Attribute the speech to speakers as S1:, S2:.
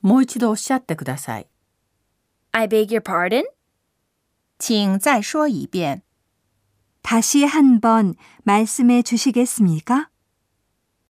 S1: もう一度おっしゃってください。
S2: I beg your pardon?
S3: 请再说一遍。
S4: 다시 한 번 말씀해 주시겠습니까?